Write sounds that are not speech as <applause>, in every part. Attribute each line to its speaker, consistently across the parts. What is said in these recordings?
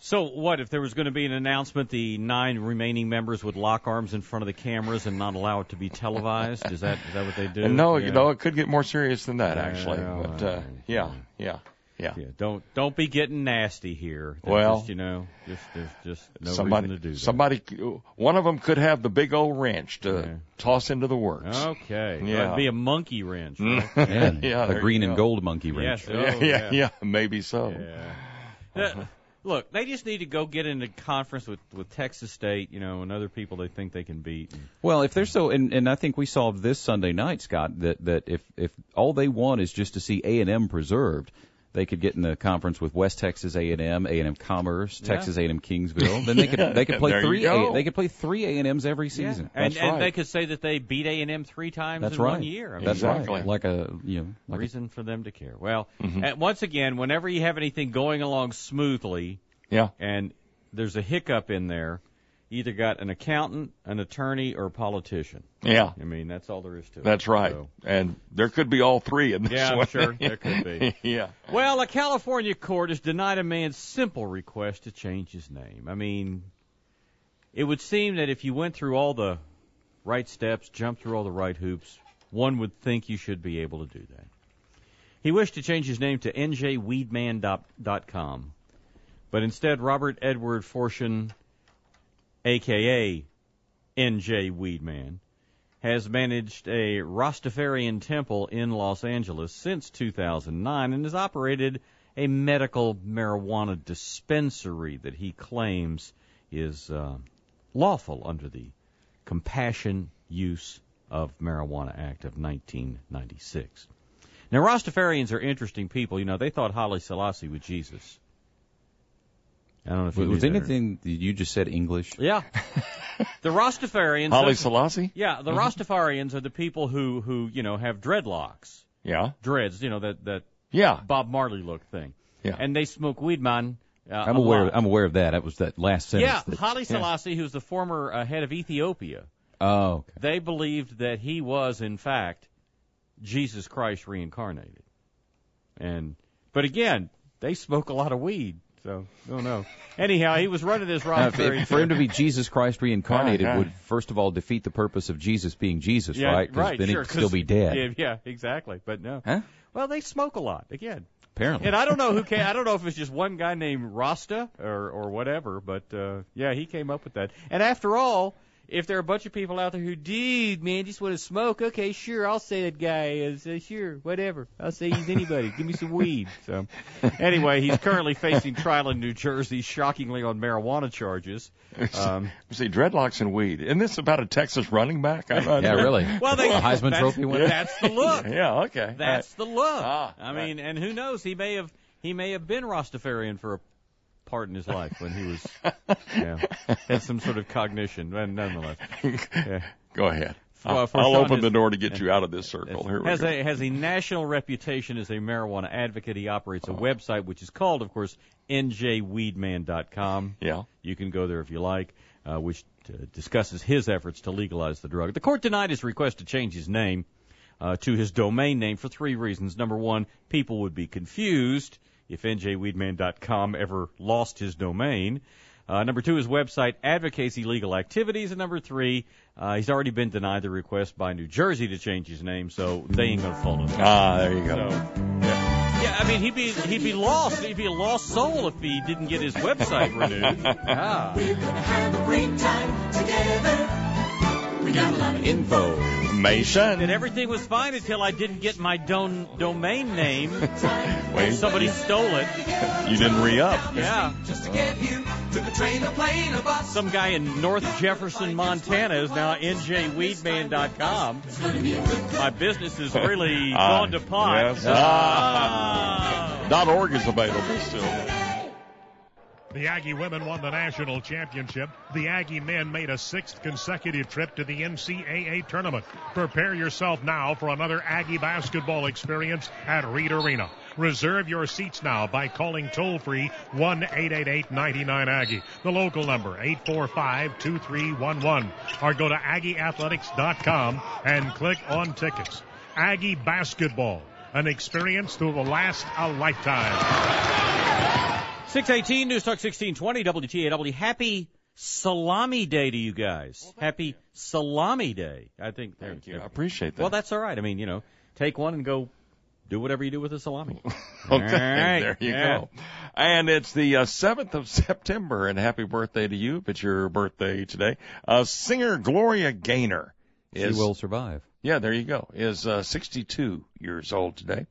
Speaker 1: So what if there was going to be an announcement? The nine remaining members would lock arms in front of the cameras and not allow it to be televised. Is that is that what they do?
Speaker 2: Uh, no,
Speaker 1: Yeah.
Speaker 2: you know, it could get more serious than that, actually.
Speaker 1: Well,
Speaker 2: but uh,
Speaker 1: I-
Speaker 2: yeah, yeah, yeah.
Speaker 1: Yeah, don't don't be getting nasty here. There's
Speaker 2: Well-
Speaker 1: just, you know, just there's just no
Speaker 2: somebody,
Speaker 1: reason to do that.
Speaker 2: somebody, one of them could have the big old wrench to
Speaker 1: Yeah. Oh,
Speaker 2: toss into the works.
Speaker 1: Okay,
Speaker 2: Yeah. Mm.
Speaker 1: that'd be a monkey wrench. right? <laughs>
Speaker 3: And
Speaker 2: Yeah, there
Speaker 3: a
Speaker 2: you
Speaker 3: green and
Speaker 2: go.
Speaker 3: gold monkey wrench.
Speaker 1: Yes. Oh,
Speaker 2: <laughs> yeah, yeah, yeah, maybe so.
Speaker 1: Yeah. Uh, Look, they just need to go get into conference with with Texas State, you know, and other people they think they can beat. And,
Speaker 3: Well, if they're so, and, and I think we saw this Sunday night, Scott, that that if if all they want is just to see A and M preserved, they could get in the conference with West Texas A and M, A and M Commerce, Texas A and
Speaker 1: <laughs>
Speaker 3: M Kingsville. Then they could they could play
Speaker 2: There you
Speaker 3: three
Speaker 2: go.
Speaker 3: A, they could play three A and M's every season.
Speaker 1: and,
Speaker 2: That's
Speaker 1: and they
Speaker 2: right.
Speaker 1: could say that they beat A and M three times
Speaker 3: That's
Speaker 1: in
Speaker 3: right.
Speaker 1: one year. I mean,
Speaker 3: That's
Speaker 2: Exactly.
Speaker 3: right. Like a you know like a, Mm-hmm.
Speaker 1: reason for them to care. Well, uh, once again, whenever you have anything going along smoothly
Speaker 2: Yeah.
Speaker 1: and there's a hiccup in there, you either got an accountant, an attorney, or a politician.
Speaker 2: yeah,
Speaker 1: I mean, that's all there is to it.
Speaker 2: that's right.
Speaker 1: So-
Speaker 2: And there could be all three in this
Speaker 1: yeah, I'm
Speaker 2: one.
Speaker 1: sure there could
Speaker 3: <laughs>
Speaker 1: be.
Speaker 2: <laughs> yeah.
Speaker 1: Well, a California court has denied a man's simple request to change his name. I mean, it would seem that if you went through all the right steps, jumped through all the right hoops, one would think you should be able to do that. He wished to change his name to njweedman.com, but instead Robert Edward Fortune, a.k.a. NJ Weedman, has managed a Rastafarian temple in Los Angeles since 2009 and has operated a medical marijuana dispensary that he claims is uh, lawful under the Compassion Use of Marijuana Act of 1996. Now, Rastafarians are interesting people. You know, they thought Haile Selassie was Jesus. I don't know if you
Speaker 3: was,
Speaker 1: knew
Speaker 3: was
Speaker 1: that or-
Speaker 3: anything that you just said English? <laughs>
Speaker 1: Yeah, the Rastafarians.
Speaker 2: Holly Selassie?
Speaker 1: Yeah,
Speaker 3: Mm-hmm.
Speaker 1: the Rastafarians are the people who who you know have dreadlocks,
Speaker 2: Yeah.
Speaker 1: dreads, you know that that
Speaker 2: Yeah.
Speaker 1: Bob Marley look thing.
Speaker 2: Yeah.
Speaker 1: And they smoke weed, man. Uh,
Speaker 3: I'm
Speaker 1: a
Speaker 3: aware.
Speaker 1: lot.
Speaker 3: I'm aware of that. That was that last sentence.
Speaker 1: yeah,
Speaker 3: that-
Speaker 1: Haile Selassie, who's the former uh, head of Ethiopia,
Speaker 3: oh, okay.
Speaker 1: they believed that he was in fact Jesus Christ reincarnated. And but again, they smoke a lot of weed, so I don't
Speaker 3: <laughs>
Speaker 1: know. Anyhow, he was running this
Speaker 3: Now, Uh, if,
Speaker 1: Rastafarian.
Speaker 3: if, for him to be Jesus Christ reincarnated
Speaker 2: Okay.
Speaker 3: would first of all defeat the purpose of Jesus being Jesus,
Speaker 1: Uh-huh. yeah,
Speaker 3: right? 'Cause Then
Speaker 1: sure,
Speaker 3: he'd still
Speaker 1: 'cause-
Speaker 3: be dead.
Speaker 1: Yeah, yeah, exactly. But no.
Speaker 3: Huh?
Speaker 1: Well, they smoke a lot again.
Speaker 3: Apparently.
Speaker 1: And I don't
Speaker 3: <laughs>
Speaker 1: know who came. I don't know if it's just one guy named Rasta or or whatever, but uh, yeah, he came up with that. And after all, if there are a bunch of people out there who, dude, man, just want to smoke, okay, sure, I'll say that guy is uh, sure, whatever. I'll say he's anybody. Give me some weed. So
Speaker 3: <laughs>
Speaker 1: anyway, he's currently facing trial in New Jersey, shockingly on marijuana charges.
Speaker 3: <laughs>
Speaker 1: Um,
Speaker 2: <laughs> See, dreadlocks and weed. Isn't this about a Texas running back? I'm not
Speaker 3: yeah,
Speaker 2: sure.
Speaker 3: really.
Speaker 1: well, <laughs>
Speaker 3: <laughs>
Speaker 1: they,
Speaker 3: A Heisman
Speaker 1: that's,
Speaker 3: Trophy winner.
Speaker 1: That's the look.
Speaker 2: <laughs> Yeah, okay.
Speaker 1: That's the look.
Speaker 2: Ah,
Speaker 1: I
Speaker 2: right.
Speaker 1: mean, and who knows? He may have he may have been Rastafarian for a part in his life when he was
Speaker 2: <laughs>
Speaker 1: yeah, had some sort of cognition, but nonetheless. Yeah.
Speaker 2: Go ahead.
Speaker 1: Well,
Speaker 2: I'll,
Speaker 1: for
Speaker 2: I'll
Speaker 1: Sean
Speaker 2: open
Speaker 1: is-
Speaker 2: the door
Speaker 1: <laughs>
Speaker 2: to get you out of this circle. Here we
Speaker 1: Has
Speaker 2: go.
Speaker 1: a has a national reputation as a marijuana advocate. He operates a website which is called, of course, njweedman.com.
Speaker 2: yeah.
Speaker 1: You can go there if you like, uh, which uh, discusses his efforts to legalize the drug. The court denied his request to change his name uh, to his domain name for three reasons. Number one, people would be confused if njweedman.com ever lost his domain. Uh, number two, his website advocates illegal activities. And number three, uh, he's already been denied the request by New Jersey to change his name, so they ain't gonna fall in.
Speaker 2: Ah, there you go.
Speaker 1: So, yeah. yeah, I mean, he'd be he'd be lost. He'd be a lost soul if he didn't get his website <laughs> renewed. Ah.
Speaker 4: We're gonna have a great time together. We got a lot of
Speaker 3: Info.
Speaker 1: And
Speaker 2: Mason.
Speaker 1: everything was fine until I didn't get my don- domain name.
Speaker 2: Wait,
Speaker 1: Somebody stole it.
Speaker 2: you didn't re up.
Speaker 1: Yeah.
Speaker 4: just to get here. Took a train, a plane, a bus.
Speaker 1: Some guy in North Jefferson, Montana is now at njweedman.com.
Speaker 4: It's gonna be a good
Speaker 1: My business is really
Speaker 2: Ah,
Speaker 1: gone to pot.
Speaker 2: yes.
Speaker 1: Uh, Ah.
Speaker 2: Dot org is available still.
Speaker 5: The Aggie women won the national championship. The Aggie men made a sixth consecutive trip to the NCAA tournament. Prepare yourself now for another Aggie basketball experience at Reed Arena. Reserve your seats now by calling toll free 1 888 99 Aggie, the local number 845 2311, or go to AggieAthletics.com and click on tickets. Aggie basketball, an experience that will last a lifetime.
Speaker 1: 618 News Talk 1620 WTAW. Happy Salami Day to you guys. Happy Salami Day. I think.
Speaker 2: Thank you. I appreciate that.
Speaker 1: Well, that's all right. I mean, you know, take one and go do whatever you do with a salami.
Speaker 2: Okay,
Speaker 1: All right.
Speaker 2: there you
Speaker 1: Yeah.
Speaker 2: go. And it's the uh, 7th of September, and happy birthday to you, if it's your birthday today. Uh, singer Gloria Gaynor
Speaker 3: She
Speaker 2: is,
Speaker 3: will survive.
Speaker 2: yeah, there you go, is uh, 62 years old today.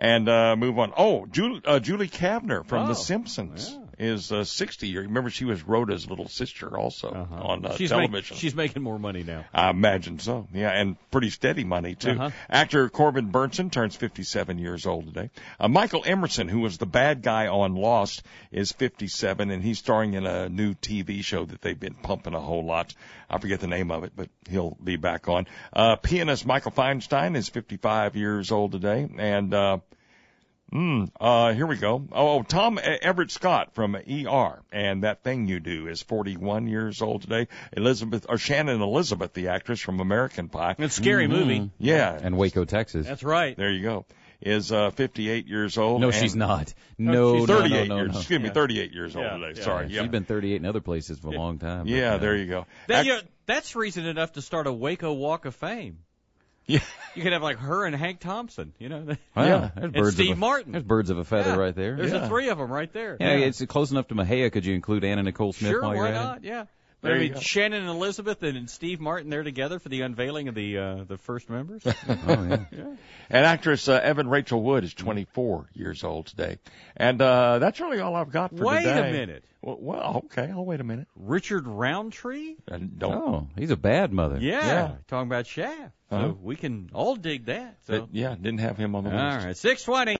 Speaker 2: And uh, move on. Oh, Julie, uh, Julie Kavner from
Speaker 1: Oh,
Speaker 2: The Simpsons is uh, 60. You remember she was Rhoda's little sister also <laughs> on uh,
Speaker 1: Uh-huh. she's
Speaker 2: television.
Speaker 1: Making, she's making more money now.
Speaker 2: I imagine so. Yeah, and pretty steady money too.
Speaker 1: Uh-huh.
Speaker 2: Actor Corbin Burnson turns 57 years old today. Uh, Michael Emerson, who was the bad guy on Lost, is 57, and he's starring in a new TV show that they've been pumping a whole lot. I forget the name of it, but he'll be back on. Uh, pianist Michael Feinstein is 55 years old today, and uh, Mm, uh, here we go. Oh, Tom Everett Scott from ER and That Thing You Do is 41 years old today. Elizabeth, or Shannon Elizabeth, the actress from American Pie.
Speaker 1: It's a scary movie.
Speaker 2: Yeah,
Speaker 3: And Waco, Texas.
Speaker 1: That's right.
Speaker 2: Mm-hmm. there you go. Is, uh, 58 years old.
Speaker 3: no,
Speaker 2: and-
Speaker 3: she's not. No,
Speaker 1: she's
Speaker 3: no,
Speaker 2: 38
Speaker 3: no, no,
Speaker 2: years,
Speaker 3: no.
Speaker 2: excuse me,
Speaker 1: Yeah.
Speaker 2: 38 years old
Speaker 1: Yeah,
Speaker 2: today.
Speaker 1: yeah.
Speaker 2: Sorry. Yeah.
Speaker 3: She's been 38 in other places for a long time. but,
Speaker 2: yeah,
Speaker 3: uh,
Speaker 2: there you go.
Speaker 1: That,
Speaker 2: Ac-
Speaker 1: you know, that's reason enough to start a Waco Walk of Fame.
Speaker 2: <laughs> yeah.
Speaker 1: You could have like her and Hank Thompson. You know, <laughs>
Speaker 2: Yeah.
Speaker 3: Wow, Oh, there's
Speaker 1: And
Speaker 3: birds
Speaker 1: Steve
Speaker 3: of a,
Speaker 1: Martin.
Speaker 3: There's birds of a feather
Speaker 1: Yeah.
Speaker 3: right there.
Speaker 1: there's
Speaker 2: Yeah.
Speaker 1: the three of them right there.
Speaker 3: Yeah, it's close enough to Mahia. Could you include Anna Nicole Smith
Speaker 1: sure,
Speaker 3: while you're
Speaker 1: why
Speaker 3: at it?
Speaker 1: not? Yeah. But
Speaker 2: There
Speaker 1: I
Speaker 2: you
Speaker 1: mean,
Speaker 2: go.
Speaker 1: Shannon and Elizabeth and Steve Martin there together for the unveiling of the uh, the first
Speaker 3: <laughs>
Speaker 1: members.
Speaker 3: Oh,
Speaker 1: <laughs>
Speaker 3: yeah.
Speaker 2: And actress, uh, Evan Rachel Wood is 24 years old today. And, uh, that's really all I've got for
Speaker 1: Wait
Speaker 2: today.
Speaker 1: a minute.
Speaker 2: Well, well, okay, I'll wait a minute.
Speaker 1: Richard Roundtree?
Speaker 2: Uh, Don't,
Speaker 3: Oh, he's a bad mother.
Speaker 1: Yeah.
Speaker 2: Yeah.
Speaker 1: Talking about Shaft.
Speaker 2: Uh-huh.
Speaker 1: So we can all dig that. So
Speaker 2: but, uh, yeah, didn't have him on the
Speaker 1: all
Speaker 2: list.
Speaker 1: right, six twenty.